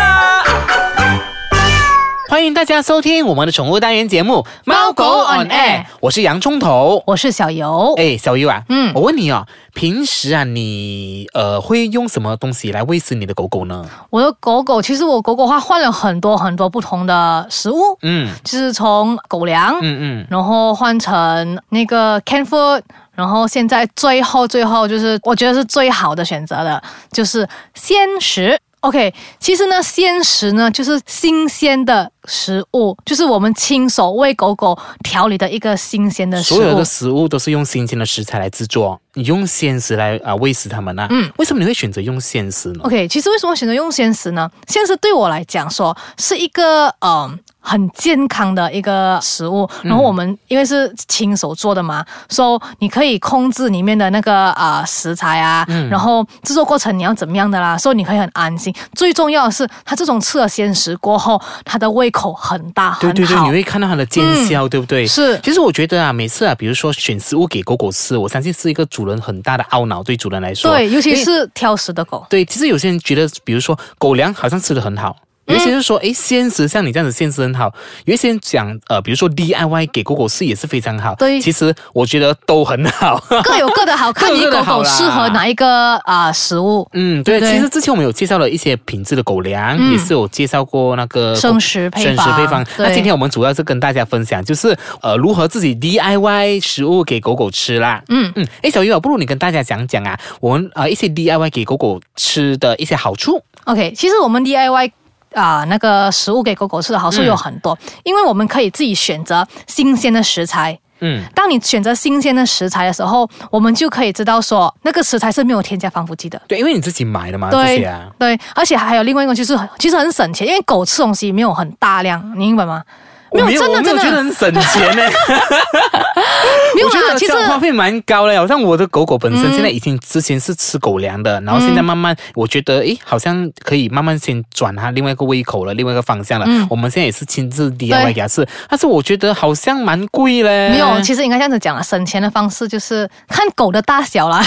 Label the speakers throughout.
Speaker 1: 啊。
Speaker 2: 欢迎大家收听我们的宠物单元节目《
Speaker 3: 猫狗 on air
Speaker 2: 我是洋葱头。
Speaker 3: 我是小游。
Speaker 2: 哎，小优啊，
Speaker 3: 嗯
Speaker 2: 我问你哦，平时啊，你呃会用什么东西来喂食你的狗狗呢？
Speaker 3: 我的狗狗，其实我狗狗它换了很多很多不同的食物，
Speaker 2: 嗯
Speaker 3: 就是从狗粮，
Speaker 2: 嗯嗯，
Speaker 3: 然后换成那个 can food，然后现在最后最后就是我觉得是最好的选择的，就是鲜食。OK，其实呢，鲜食呢就是新鲜的食物，就是我们亲手为狗狗调理的一个新鲜的食物。
Speaker 2: 所有的食物都是用新鲜的食材来制作，你用鲜食来啊、喂食它们啊。
Speaker 3: 嗯，哦
Speaker 2: 为什么你会选择用鲜食呢？
Speaker 3: OK，其实为什么选择用鲜食呢？鲜食对我来讲说是一个嗯、呃很健康的一个食物，
Speaker 2: 嗯
Speaker 3: 然后我们因为是亲手做的嘛，所、以你可以控制里面的那个啊、呃食材啊，
Speaker 2: 嗯
Speaker 3: 然后制作过程你要怎么样的啦，所以你可以很安心。最重要的是，它这种吃了鲜食过后，它的胃口很大，很
Speaker 2: 对
Speaker 3: 好。嗯
Speaker 2: 对对，你会看到它的见效，对不对？
Speaker 3: 是
Speaker 2: 其实我觉得啊，每次啊，比如说选食物给狗狗吃，我相信是一个主人很大的懊恼，对主人来说。
Speaker 3: 对，尤其
Speaker 2: 因为
Speaker 3: 是挑食 的狗。
Speaker 2: 对，其实有些人觉得，比如说狗粮好像吃的很好。
Speaker 3: 嗯
Speaker 2: 有一些人说，诶，鲜食像你这样子鲜食很好。有一些人讲，呃，比如说 DIY 给狗狗吃也是非常好。
Speaker 3: 对
Speaker 2: 其实我觉得都很好。
Speaker 3: 各有各的好，看
Speaker 2: 各
Speaker 3: 你
Speaker 2: 有各
Speaker 3: 狗
Speaker 2: 的好
Speaker 3: 狗
Speaker 2: 啦
Speaker 3: 适合哪一个啊、呃食物。
Speaker 2: 嗯，对，
Speaker 3: 对
Speaker 2: 其实之前我们有介绍了一些品质的狗粮，
Speaker 3: 嗯
Speaker 2: 也是有介绍过那个
Speaker 3: 生食配
Speaker 2: 生食配
Speaker 3: 方
Speaker 2: 方。那
Speaker 3: 对
Speaker 2: 今天我们主要是跟大家分享，就是呃如何自己 DIY 食物给狗狗吃啦。
Speaker 3: 嗯
Speaker 2: 嗯，哎，小鱼啊，不如你跟大家讲讲啊，我们呃一些 DIY 给狗狗吃的一些好处。
Speaker 3: OK，其实我们 DIY 啊、那个食物给狗狗吃的好
Speaker 2: 嗯
Speaker 3: 处有很多，因为我们可以自己选择新鲜的食材。
Speaker 2: 嗯，
Speaker 3: 当你选择新鲜的食材的时候，我们就可以知道说那个食材是没有添加防腐剂的。
Speaker 2: 对，因为你自己买的嘛，这
Speaker 3: 对
Speaker 2: 些啊。
Speaker 3: 对，而且还有另外一个就是很，其实很省钱，因为狗吃东西没有很大量，你明白吗？没有，
Speaker 2: 我
Speaker 3: 真
Speaker 2: 我
Speaker 3: 的
Speaker 2: 没
Speaker 3: 真
Speaker 2: 有觉得
Speaker 3: 的
Speaker 2: 很省 钱呢、
Speaker 3: 没有
Speaker 2: 我觉
Speaker 3: 啦。
Speaker 2: 得
Speaker 3: 其实嗯
Speaker 2: 这样花费蛮高嘞。好像我的狗狗本身现在已经之前是吃狗粮的，然后现在慢慢我觉得诶，好像可以慢慢先转它另外一个胃口了，另外一个方向了。
Speaker 3: 嗯
Speaker 2: 我们现在也是亲自 DIY 给它吃，但是我觉得好像蛮贵嘞。
Speaker 3: 没有，其实应该这样子讲啊，省钱的方式就是看狗的大小啦。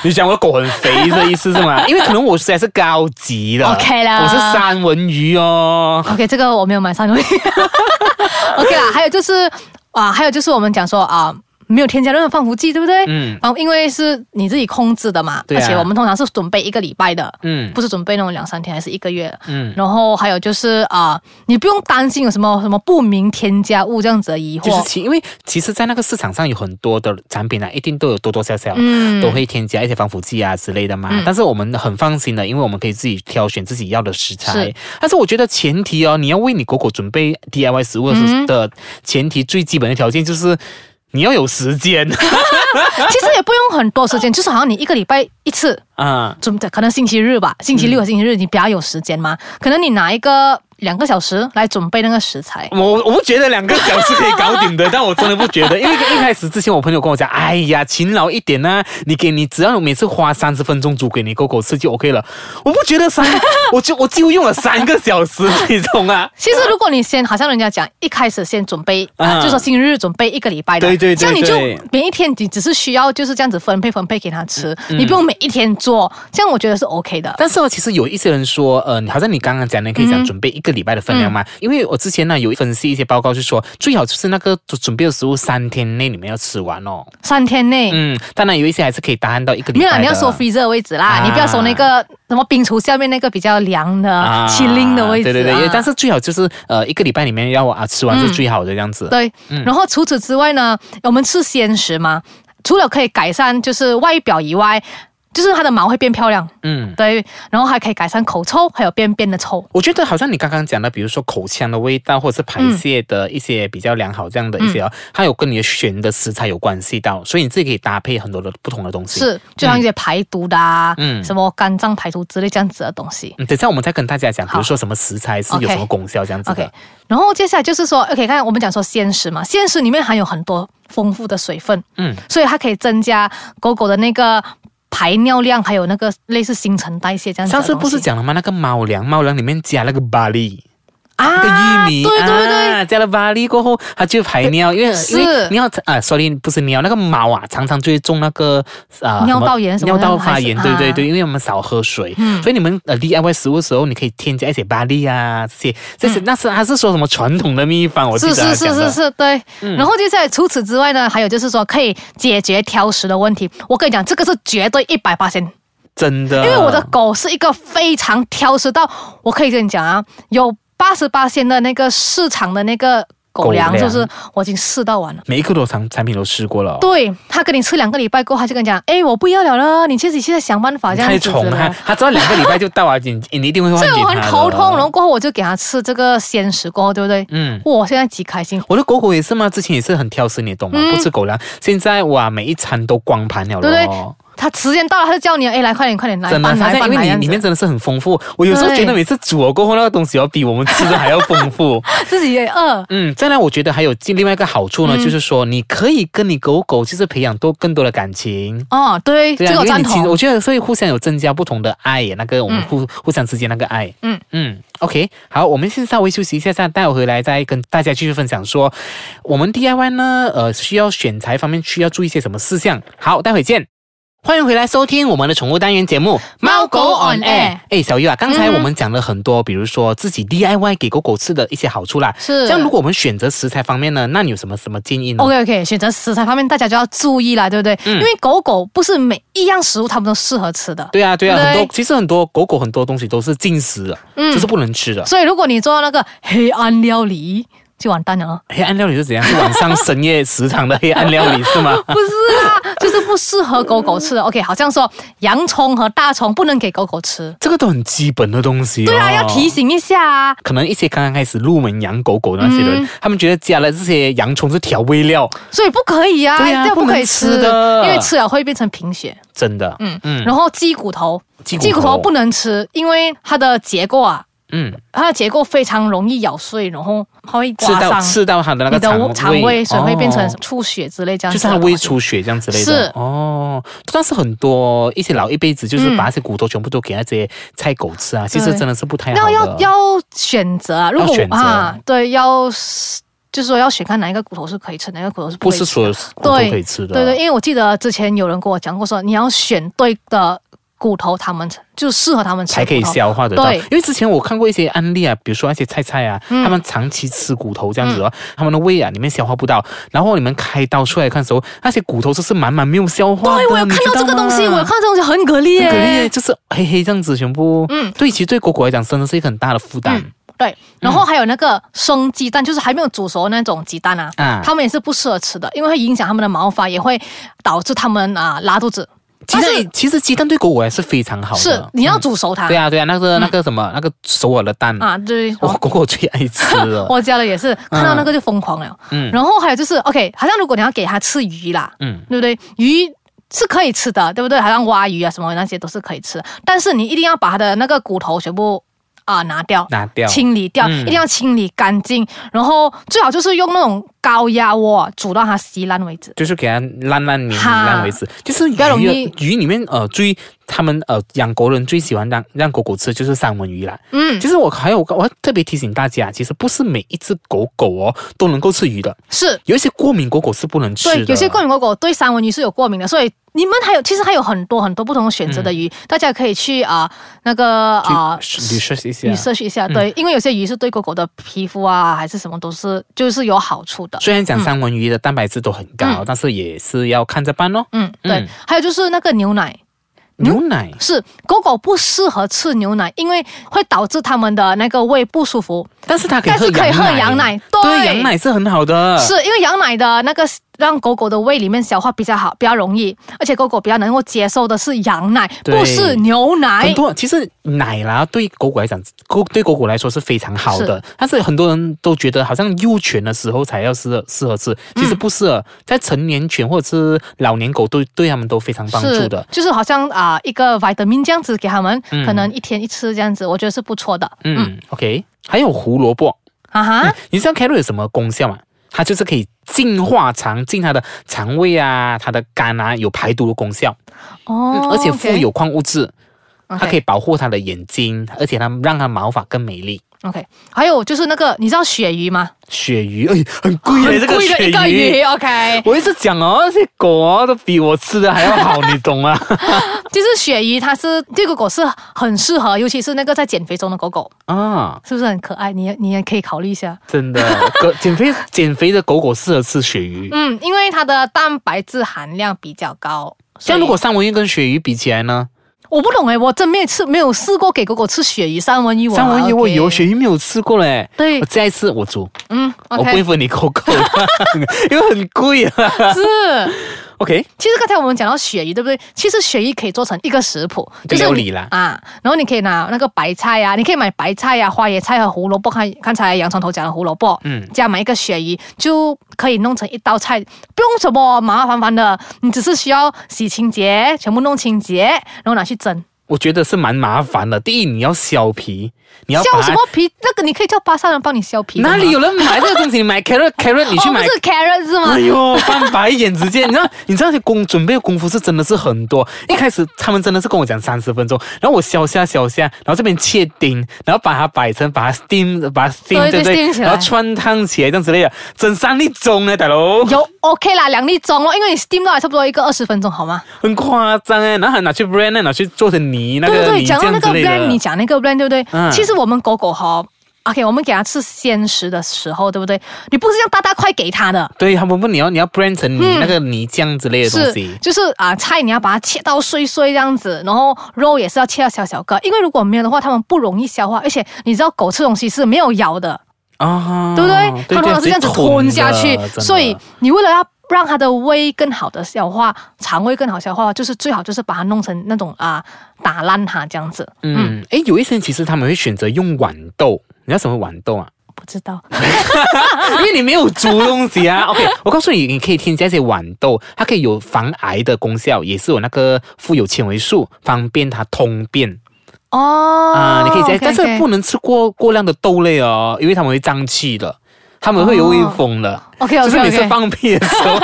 Speaker 2: 你讲我狗很肥的意思是 吗？因为可能我实在是高级的
Speaker 3: OK 啦
Speaker 2: 我是三文鱼哦。
Speaker 3: OK，这个我没有买三文鱼。OK 啦，还有就是啊，还有就是我们讲说啊。没有添加任何防腐剂，对不对？
Speaker 2: 嗯
Speaker 3: 啊，因为是你自己控制的嘛，
Speaker 2: 对啊
Speaker 3: 而且我们通常是准备一个礼拜的，
Speaker 2: 嗯
Speaker 3: 不是准备那种两三天还是一个月。
Speaker 2: 嗯，
Speaker 3: 然后还有就是啊、你不用担心有什么什么不明添加物这样子的疑惑。
Speaker 2: 就是其因为其实，在那个市场上有很多的产品啊，一定都有多多少少，
Speaker 3: 嗯
Speaker 2: 都会添加一些防腐剂啊之类的嘛。但是我们很放心的，因为我们可以自己挑选自己要的食材。
Speaker 3: 是
Speaker 2: 但是我觉得前提哦，你要为你狗狗准备 DIY 食物的时
Speaker 3: 嗯
Speaker 2: 候的前提，最基本的条件就是你要有时间
Speaker 3: 其实也不用很多时间，就是好像你一个礼拜一次，
Speaker 2: 啊。
Speaker 3: 准可能星期日吧，星期
Speaker 2: 嗯
Speaker 3: 六、星期日你比较有时间嘛，可能你拿一个两个小时来准备那个食材。
Speaker 2: 我我不觉得两个小时可以搞定 的，但我真的不觉得，因为一开始之前我朋友跟我讲，哎呀，勤劳一点呐、你给你只要每次花三十分钟煮给你狗狗吃就 OK 了。我不觉得三， 我就我几乎用了三个小时，你懂啊？
Speaker 3: 其实如果你先，好像人家讲，一开始先准备，啊、
Speaker 2: 啊
Speaker 3: 就说星期日准备一个礼拜的，
Speaker 2: 对对对
Speaker 3: 这样你
Speaker 2: 对
Speaker 3: 就每一天你只是需要就是这样子分配分配给他吃，
Speaker 2: 嗯
Speaker 3: 你不用每一天做，这样我觉得是 OK 的。
Speaker 2: 但是哦，其实有一些人说，呃，好像你刚刚讲的，可以讲准备一个礼拜的分量嘛。因为我之前呢有分析一些报告，就说最好就是那个准备的食物三天内你们要吃完哦。
Speaker 3: 三天内，
Speaker 2: 嗯，当然有一些还是可以达到一个礼
Speaker 3: 没
Speaker 2: 拜
Speaker 3: 有
Speaker 2: 的。
Speaker 3: 啦，你要收 freezer 的位置啦，
Speaker 2: 啊
Speaker 3: 你不要收那个什么冰橱下面那个比较凉的、清零的位置、啊。嗯
Speaker 2: 对对对，但是最好就是呃一个礼拜里面要啊吃完是最好的这样子。
Speaker 3: 对，
Speaker 2: 嗯
Speaker 3: 然后除此之外呢，我们吃鲜食嘛，除了可以改善就是外表以外，就是它的毛会变漂亮，
Speaker 2: 嗯，
Speaker 3: 对，然后还可以改善口臭，还有便便的臭。
Speaker 2: 我觉得好像你刚刚讲的，比如说口腔的味道，或者是排泄的一些比较良好这样的一
Speaker 3: 嗯
Speaker 2: 些哦，它有跟你的选的食材有关系到，所以你自己可以搭配很多的不同的东西。
Speaker 3: 是，就像一些排毒的啊，
Speaker 2: 嗯
Speaker 3: 什么肝脏排毒之类这样子的东西。
Speaker 2: 嗯，等一下我们再跟大家讲，比
Speaker 3: 好
Speaker 2: 如说什么食材是有
Speaker 3: OK
Speaker 2: 什么功效这样子的。
Speaker 3: OK，然后接下来就是说，OK，刚才我哎们讲说鲜食嘛，鲜食里面含有很多丰富的水分，
Speaker 2: 嗯，
Speaker 3: 所以它可以增加狗狗的那个排尿量，还有那个类似新陈代谢这样子的
Speaker 2: 上
Speaker 3: 东西。
Speaker 2: 次不是讲了吗？那个猫粮，猫粮里面加那个巴粒，那
Speaker 3: 啊
Speaker 2: 个玉米，
Speaker 3: 对对对
Speaker 2: 啊，加了巴粒过后，它就排尿，因为
Speaker 3: 是
Speaker 2: 因为尿啊，sorry，不是尿，那个猫啊，常常就会中那个啊、呃
Speaker 3: 尿道炎什么
Speaker 2: 尿
Speaker 3: 的
Speaker 2: 道发炎，
Speaker 3: 还是
Speaker 2: 对对
Speaker 3: 啊
Speaker 2: 对，因为我们少喝水，
Speaker 3: 嗯
Speaker 2: 所以你们呃 DIY 食物的时候，你可以添加一些巴粒啊这些，这些、
Speaker 3: 嗯
Speaker 2: 那是他是说什么传统的秘方，我记
Speaker 3: 是
Speaker 2: 得嗯他
Speaker 3: 是是
Speaker 2: 讲的
Speaker 3: 是是，对。然后接下来除此之外呢，还有就是说可以解决挑食的问题。我跟你讲，这个是绝对一百八千，因
Speaker 2: 真的，
Speaker 3: 为我的狗是一个非常挑食到，我可以跟你讲啊，有八十八千的那个市场的那个狗粮，
Speaker 2: 狗粮
Speaker 3: 就是我已经试到完了。
Speaker 2: 每一个都产产品都试过了哦、
Speaker 3: 对他跟你吃两个礼拜过后，他就跟你讲，哎，我不要了了，你自己现在想办法这样
Speaker 2: 太
Speaker 3: 子子
Speaker 2: 宠
Speaker 3: 了
Speaker 2: 他，他知道两个礼拜就到啊，你 你一定会换
Speaker 3: 所
Speaker 2: 给
Speaker 3: 以
Speaker 2: 他
Speaker 3: 我很头
Speaker 2: 的哦
Speaker 3: 痛，然后过后我就给他吃这个鲜食，过后对不对？
Speaker 2: 嗯。
Speaker 3: 哇，我现在极开心。
Speaker 2: 我的狗狗也是嘛，之前也是很挑食，你懂吗？
Speaker 3: 嗯
Speaker 2: 不吃狗粮，现在哇，每一餐都光盘了咯。
Speaker 3: 对不他时间到了，他就叫你，哎，来快点，快点，来
Speaker 2: 真的，
Speaker 3: 拌，
Speaker 2: 它
Speaker 3: 来
Speaker 2: 在
Speaker 3: 拌，
Speaker 2: 因
Speaker 3: 来
Speaker 2: 为
Speaker 3: 样
Speaker 2: 你里
Speaker 3: 子
Speaker 2: 面真的是很丰富。我有时候觉得
Speaker 3: 对
Speaker 2: 每次煮了过后，那个东西要比我们吃的还要丰 富。
Speaker 3: 自己也饿。
Speaker 2: 嗯，再来，我觉得还有另外一个好处呢，
Speaker 3: 嗯
Speaker 2: 就是说你可以跟你狗狗就是培养多更多的感情。
Speaker 3: 哦，对，
Speaker 2: 对
Speaker 3: 这
Speaker 2: 啊，
Speaker 3: 个我
Speaker 2: 因为
Speaker 3: 赞
Speaker 2: 你其实
Speaker 3: 同
Speaker 2: 我。觉得，所以互相有增加不同的爱耶，那个我们
Speaker 3: 嗯
Speaker 2: 互、互相之间那个爱。
Speaker 3: 嗯
Speaker 2: 嗯，OK，好，我们先稍微休息一下，下待会回来再跟大家继续分享说，我们 DIY 呢，呃，需要选材方面需要注意些什么事项。好，待会见。欢迎回来收听我们的宠物单元节目《
Speaker 3: 猫狗 on air
Speaker 2: 哎，小玉啊，刚才
Speaker 3: 嗯
Speaker 2: 我们讲了很多，比如说自己 DIY 给狗狗吃的一些好处啦。
Speaker 3: 是
Speaker 2: 像如果我们选择食材方面呢，那你有什么什么建议呢
Speaker 3: OK OK，选择食材方面大家就要注意啦，对不对？
Speaker 2: 嗯
Speaker 3: 因为狗狗不是每一样食物它们都适合吃的。
Speaker 2: 对啊，对啊，
Speaker 3: 对
Speaker 2: 很多其实很多狗狗很多东西都是禁食啊的，
Speaker 3: 嗯
Speaker 2: 就是不能吃的。
Speaker 3: 所以如果你做到那个黑暗料理，就完蛋了 哦。
Speaker 2: 黑暗料理是怎样？是晚上深夜食堂的黑暗料理是 吗？
Speaker 3: 不是啦，就是不适合狗狗吃的。OK，好像说洋葱和大葱不能给狗狗吃。
Speaker 2: 这个都很基本的东西、哦。
Speaker 3: 对啊，要提。醒一下啊。
Speaker 2: 可能一些刚刚开始入门养狗狗的那些人，
Speaker 3: 嗯
Speaker 2: 他们觉得加了这些洋葱是调味料，
Speaker 3: 所以不可以啊，
Speaker 2: 对啊
Speaker 3: 这样不可
Speaker 2: 不
Speaker 3: 以
Speaker 2: 能吃的
Speaker 3: 因为吃了会变成贫血。
Speaker 2: 真的。
Speaker 3: 嗯
Speaker 2: 嗯
Speaker 3: 嗯，然后鸡骨头，
Speaker 2: 鸡骨头
Speaker 3: 不能吃，因为它的结构啊，
Speaker 2: 嗯，
Speaker 3: 它的结构非常容易咬碎，然后它会
Speaker 2: 吃
Speaker 3: 刮
Speaker 2: 到
Speaker 3: 伤
Speaker 2: 吃到它的那
Speaker 3: 你
Speaker 2: 个
Speaker 3: 的
Speaker 2: 肠胃，
Speaker 3: 肠胃，所以会变成
Speaker 2: 哦
Speaker 3: 出血之类这样
Speaker 2: 就
Speaker 3: 子
Speaker 2: 是
Speaker 3: 的
Speaker 2: 它
Speaker 3: 东西。
Speaker 2: 胃出血这样之类的
Speaker 3: 是
Speaker 2: 哦，但是很多一些老一辈子就是
Speaker 3: 嗯
Speaker 2: 把那些骨头全部都给那些菜狗吃啊，其实
Speaker 3: 对
Speaker 2: 真的是不太好
Speaker 3: 那
Speaker 2: 的。
Speaker 3: 要要选择啊，如
Speaker 2: 要
Speaker 3: 果
Speaker 2: 选择
Speaker 3: 啊，对，要就是说要选看哪一个骨头是可以吃，哪一个骨头是
Speaker 2: 不
Speaker 3: 可以
Speaker 2: 是
Speaker 3: 吃
Speaker 2: 所有骨头
Speaker 3: 对
Speaker 2: 可以吃的。哦
Speaker 3: 对对，因为我记得之前有人跟我讲过说，你要选对的骨头，他们就适合他们吃，
Speaker 2: 才可以。消化得到。
Speaker 3: 对嗯
Speaker 2: 因为之前我看过一些案例啊，比如说那些菜菜啊，他们长期吃骨头这样子哦，他们的胃啊里面消化不到，然后你们开刀出来看的时候，那些骨头就是满满没有消化的。
Speaker 3: 对，我有看到这个东西，我有看到这个东西很给力耶，
Speaker 2: 可耶，就是黑黑这样子全部。
Speaker 3: 嗯
Speaker 2: 对，其实对狗狗来讲，真的是一个很大的负担。
Speaker 3: 嗯对，然后还有那个生鸡蛋，就是还没有煮熟那种鸡蛋啊，
Speaker 2: 啊
Speaker 3: 他们也是不适合吃的，因为会影响他们的毛发，也会导致他们啊拉肚子。
Speaker 2: 其
Speaker 3: 但是
Speaker 2: 实其实鸡蛋对狗狗来是非常好的。
Speaker 3: 是你要煮熟它，
Speaker 2: 对啊对啊，那个那个什么那个首尔的蛋，
Speaker 3: 啊，对，
Speaker 2: 我
Speaker 3: 我。
Speaker 2: 狗狗最爱吃哦了
Speaker 3: 我家的也是看到那个就疯狂了。
Speaker 2: 嗯
Speaker 3: 然后还有就是，OK，好像如果你要给它吃鱼啦，
Speaker 2: 嗯，
Speaker 3: 对不对？鱼是可以吃的，对不对？好像蛙鱼啊什么那些都是可以吃，但是你一定要把它的那个骨头全部啊、拿掉，
Speaker 2: 拿掉
Speaker 3: 清理掉，
Speaker 2: 嗯
Speaker 3: 一定要清理干净，然后最好就是用那种高压锅煮到它稀烂为止。
Speaker 2: 就是给它烂烂黏
Speaker 3: 哈
Speaker 2: 烂为止。就是鱼
Speaker 3: 较容易
Speaker 2: 鱼里面呃最他们呃养狗人最喜欢让让狗狗吃的就是三文鱼啦。
Speaker 3: 嗯
Speaker 2: 其，实我还有我要特别提醒大家，其实不是每一只狗狗哦都能够吃鱼的，
Speaker 3: 是。
Speaker 2: 有一些过敏狗狗是不能吃
Speaker 3: 对
Speaker 2: 的。，
Speaker 3: 有些过敏狗狗对三文鱼是有过敏的，所以你们还有其实还有很多很多不同的选择的鱼，大家可以去啊、那个
Speaker 2: 嗯去
Speaker 3: 啊、
Speaker 2: research 一
Speaker 3: 你
Speaker 2: 下。
Speaker 3: 摄取一下，对，因为有些鱼是对狗狗的皮肤啊，还是什么都是，就是有好处的。
Speaker 2: 虽然讲三文鱼的蛋白质都很高，但是也是要看着办哦。
Speaker 3: 嗯，对。
Speaker 2: 嗯
Speaker 3: 还有就是那个牛奶，嗯
Speaker 2: 牛奶
Speaker 3: 是狗狗不适合吃牛奶，因为会导致它们的那个胃不舒服。
Speaker 2: 但是它可以
Speaker 3: 但
Speaker 2: 喝
Speaker 3: 是
Speaker 2: 羊奶，
Speaker 3: 可以喝羊奶对
Speaker 2: 对，羊奶是很好的。
Speaker 3: 是因为羊奶的那个让狗狗的胃里面消化比较好，比较容易，而且狗狗比较能够接受的是羊奶，
Speaker 2: 对
Speaker 3: 不是牛
Speaker 2: 很
Speaker 3: 奶。
Speaker 2: 多其实奶啦，对狗狗来讲，狗对狗狗来说是非常好的。但是很多人都觉得好像幼犬的时候才要适合适合吃，其实不适合。在成年犬或者是老年狗都对它们都非常帮助
Speaker 3: 是
Speaker 2: 的，。
Speaker 3: 就是好像啊、一个 vitamin 这样子给他们，
Speaker 2: 嗯
Speaker 3: 可能一天一吃这样子，我觉得是不错的。
Speaker 2: 嗯 o k 还有胡萝卜，
Speaker 3: 啊哈，
Speaker 2: 你知道 carrot 有什么功效吗？它就是可以净化肠，净它的肠胃啊，它的肝啊，有排毒的功效，嗯
Speaker 3: 哦，
Speaker 2: 而且富有矿物质，它可以
Speaker 3: 以
Speaker 2: 保护它的眼睛，而且它让它毛发更美丽。
Speaker 3: OK，还有就是那个，你知道鳕鱼吗？
Speaker 2: 鳕鱼，哎，很贵的
Speaker 3: 很
Speaker 2: 这个
Speaker 3: 贵的一
Speaker 2: 鳕
Speaker 3: 个
Speaker 2: 鱼
Speaker 3: 鱼。，OK，
Speaker 2: 我一直讲哦，那些狗哦都比我吃的还要好，你懂 吗？
Speaker 3: 就是鳕鱼，它是这个狗是很适合，尤其是那个在减肥中的狗狗，
Speaker 2: 啊，
Speaker 3: 是不是很可爱？你也你也可以考虑一下。
Speaker 2: 真的， 狗减肥减肥的狗狗适合吃鳕鱼。
Speaker 3: 嗯，因为它的蛋白质含量比较高。所以
Speaker 2: 像如果三文鱼跟鳕鱼比起来呢？
Speaker 3: 我不懂哎，我真没吃，没有试过给狗狗吃鳕鱼、三文鱼我还啊
Speaker 2: 三
Speaker 3: OK。
Speaker 2: 文鱼我有，鳕鱼没有吃过嘞。
Speaker 3: 对
Speaker 2: 我再一次我煮，
Speaker 3: 嗯
Speaker 2: 我不会
Speaker 3: ，OK，
Speaker 2: 分你狗狗 的，因为很贵啊。
Speaker 3: 是。
Speaker 2: OK，
Speaker 3: 其实刚才我们讲到鳕鱼，对不对？其实鳕鱼可以做成一个食谱，就是
Speaker 2: 料
Speaker 3: 你
Speaker 2: 理啦
Speaker 3: 啊，然后你可以拿那个白菜呀、你可以买白菜呀、花椰菜和胡萝卜，看刚才洋葱头讲的胡萝卜，
Speaker 2: 嗯
Speaker 3: 加买一个鳕鱼就可以弄成一道菜，不用什么麻麻烦烦的，你只是需要洗清洁，全部弄清洁，然后拿去蒸。
Speaker 2: 我觉得是蛮麻烦的。第一，你要削皮，你要
Speaker 3: 削
Speaker 2: 把
Speaker 3: 什么皮？那个你可以叫巴萨人帮你削皮的吗。
Speaker 2: 哪里有人买这个东西？你买 carrot carrot，你
Speaker 3: 哦？
Speaker 2: 去
Speaker 3: 不
Speaker 2: 买。
Speaker 3: 是 carrot 是吗
Speaker 2: 哎？呦，翻白眼直接，你知道， 你知道，功准备的功夫是真的是很多。一开始他们真的是跟我讲三十分钟，然后我削下削下，然后这边切丁，然后把它摆成，把它 steam，把它 steam，
Speaker 3: 对对
Speaker 2: 不
Speaker 3: steam 起来
Speaker 2: 然后穿烫起来这样之类的，整三粒钟呢，大佬，
Speaker 3: 有 OK 啦，两粒钟咯，因为你 steam 到还差不多一个二十分钟，好吗？
Speaker 2: 很夸张哎。然后还拿去 brand，呢拿去做成泥，那
Speaker 3: 对对
Speaker 2: 个
Speaker 3: 对，
Speaker 2: 泥
Speaker 3: 讲到
Speaker 2: 浆
Speaker 3: 那个
Speaker 2: 之类
Speaker 3: brand，
Speaker 2: 的。
Speaker 3: 你讲那个 brand 对不对？
Speaker 2: 嗯
Speaker 3: 其实我们狗狗哈，OK，我们给它吃鲜食的时候，对不对？你不是这样大大块给它的。
Speaker 2: 对他们问你要你要 brand 成泥、那个泥浆之类的东
Speaker 3: 嗯是
Speaker 2: 西，，
Speaker 3: 就是啊，菜你要把它切到碎碎这样子，然后肉也是要切到小小个，因为如果没有的话，它们不容易消化，而且你知道狗吃东西是没有咬的，
Speaker 2: 啊，
Speaker 3: 对不对？它通常是这样子吞下去
Speaker 2: 真，的
Speaker 3: 所以你为了要让它的胃更好的消化，肠胃更好消化，就是最好就是把它弄成那种啊打烂它这样子，嗯，
Speaker 2: 嗯，诶，有一些人其实他们会选择用豌豆，你知道什么豌 豆啊？
Speaker 3: 不知道。
Speaker 2: 因为你没有煮东西啊。OK，我告诉你，你可以添加一些豌豆，它可以有防癌的功效，也是有那个富有纤维素，方便它通便
Speaker 3: 哦，
Speaker 2: 啊、你可以加
Speaker 3: OK，
Speaker 2: 但是
Speaker 3: OK
Speaker 2: 不能吃过过量的豆类哦，因为它们会胀气的。它们会有微风的
Speaker 3: OK，OK，OK
Speaker 2: 就是每次放屁的时 候，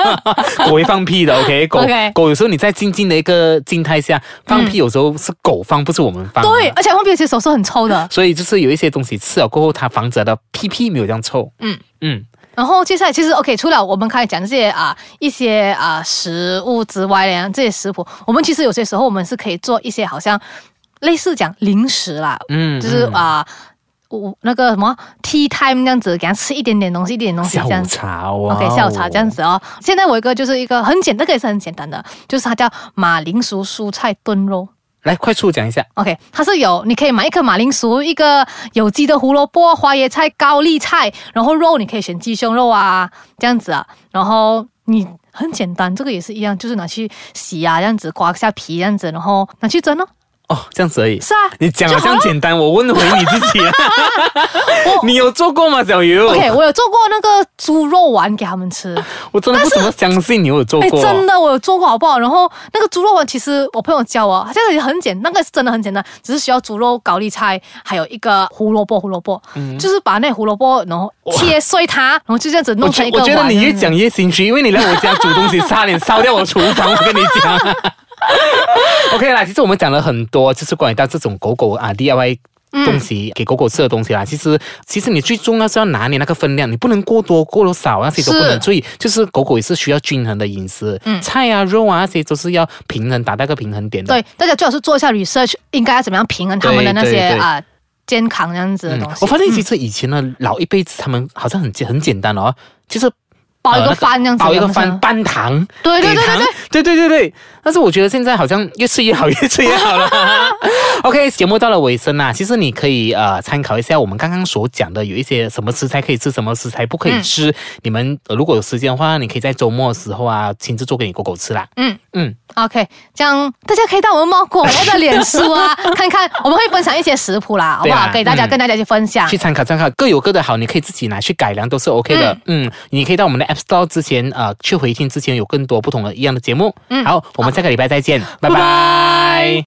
Speaker 2: 狗会放屁的。OK，狗
Speaker 3: OK 嗯
Speaker 2: 狗有时候你在静静的一个静态下放屁，有时候是狗放，不是我们放。
Speaker 3: 对，，而且放屁有些手是很臭的。
Speaker 2: 所以就是有一些东西吃了过后，它防止它的屁屁没有这样臭。
Speaker 3: 嗯
Speaker 2: 嗯，
Speaker 3: 然后接下来其实 OK，除了我们刚才讲这些啊一些啊食物之外呢，这些食谱，我们其实有些时候我们是可以做一些好像类似讲零食啦，
Speaker 2: 嗯
Speaker 3: 就是
Speaker 2: 嗯
Speaker 3: 啊。我那个什么 tea time 这样子，给它吃一点点东西，一点点东西
Speaker 2: 下
Speaker 3: 这样
Speaker 2: 午
Speaker 3: 子。
Speaker 2: 茶哦
Speaker 3: OK，下午茶这样。子哦。现在我有一个就是一个很简，那个也是很简单的，就是它叫马铃薯蔬菜炖肉。
Speaker 2: 来，快速讲一下。
Speaker 3: OK，它是有，你可以买一颗马铃薯，一个有机的胡萝卜、花椰菜、高丽菜，然后肉你可以选鸡胸肉啊，这样子啊，然后你很简单，这个也是一样，就是拿去洗啊，这样子刮下皮，这样子，然后拿去蒸哦。
Speaker 2: 哦，这样子而已。
Speaker 3: 是啊，
Speaker 2: 你讲
Speaker 3: 就
Speaker 2: 的这
Speaker 3: 好
Speaker 2: 样
Speaker 3: 了。
Speaker 2: 简单，我问回你自己 啊。 你有做过吗，小鱼
Speaker 3: OK，我有做过那个猪肉丸给他们吃，
Speaker 2: 我真的不怎么相信你有做
Speaker 3: 哎，
Speaker 2: 过。
Speaker 3: 真的我有做过好不好？然后那个猪肉丸其实我朋友教我，这个也很简单，那个是真的很简单，只是需要猪肉、高丽菜，还有一个胡萝卜，胡萝卜，
Speaker 2: 嗯
Speaker 3: 就是把那胡萝卜然后切碎它，然后就这样子
Speaker 2: 我
Speaker 3: 弄成
Speaker 2: 觉
Speaker 3: 一个
Speaker 2: 我
Speaker 3: 丸。
Speaker 2: 觉得你越讲越心虚，因为你来我家煮东西，差点烧掉我厨房。我跟你讲 ，OK 啦。其实我们讲了很多，就是关于到这种狗狗啊 DIY 东西、给狗狗吃的东西啦。其实，其实你最重要是要拿捏那个分量，你不能过多、过多少啊那些都不能。
Speaker 3: 是嗯
Speaker 2: 所以，就是狗狗也是需要均衡的饮食，菜啊、肉啊那些都是要平衡，达到一个平衡点的。
Speaker 3: 对，大家最好是做一下 research，应该要怎么样平衡他们的那
Speaker 2: 对
Speaker 3: 些
Speaker 2: 对对
Speaker 3: 啊、健康这样子的东西。
Speaker 2: 嗯我发现其实以前的老一辈子，他们好像很简很简单哦，就是
Speaker 3: 包一
Speaker 2: 呃
Speaker 3: 个饭这样子，
Speaker 2: 包一个
Speaker 3: 有没有
Speaker 2: 饭，半糖，
Speaker 3: 对对
Speaker 2: 给
Speaker 3: 对
Speaker 2: 糖对对对对。但是我觉得现在好像越吃越好，越吃越好了。OK，节目到了尾声啦，啊其实你可以呃参考一下我们刚刚所讲的，有一些什么食材可以吃，什么食材不可以吃。
Speaker 3: 嗯
Speaker 2: 你们、呃如果有时间的话，你可以在周末的时候啊，亲自做给你狗狗吃啦。
Speaker 3: 嗯。
Speaker 2: 嗯，
Speaker 3: OK，这样大家可以到我们猫狗我的脸书 啊，看看我们会分享一些食谱啦，好不
Speaker 2: 对
Speaker 3: 好
Speaker 2: 啊？
Speaker 3: 给大家、
Speaker 2: 嗯
Speaker 3: 跟大家去分享
Speaker 2: 去。参考参考，各有各的好，你可以自己拿去改良，都是 OK 的。嗯你可以到我们的 App Store 之前呃去回听之前有更多不同的一样的节目。嗯，好，我们下个礼拜再见，拜拜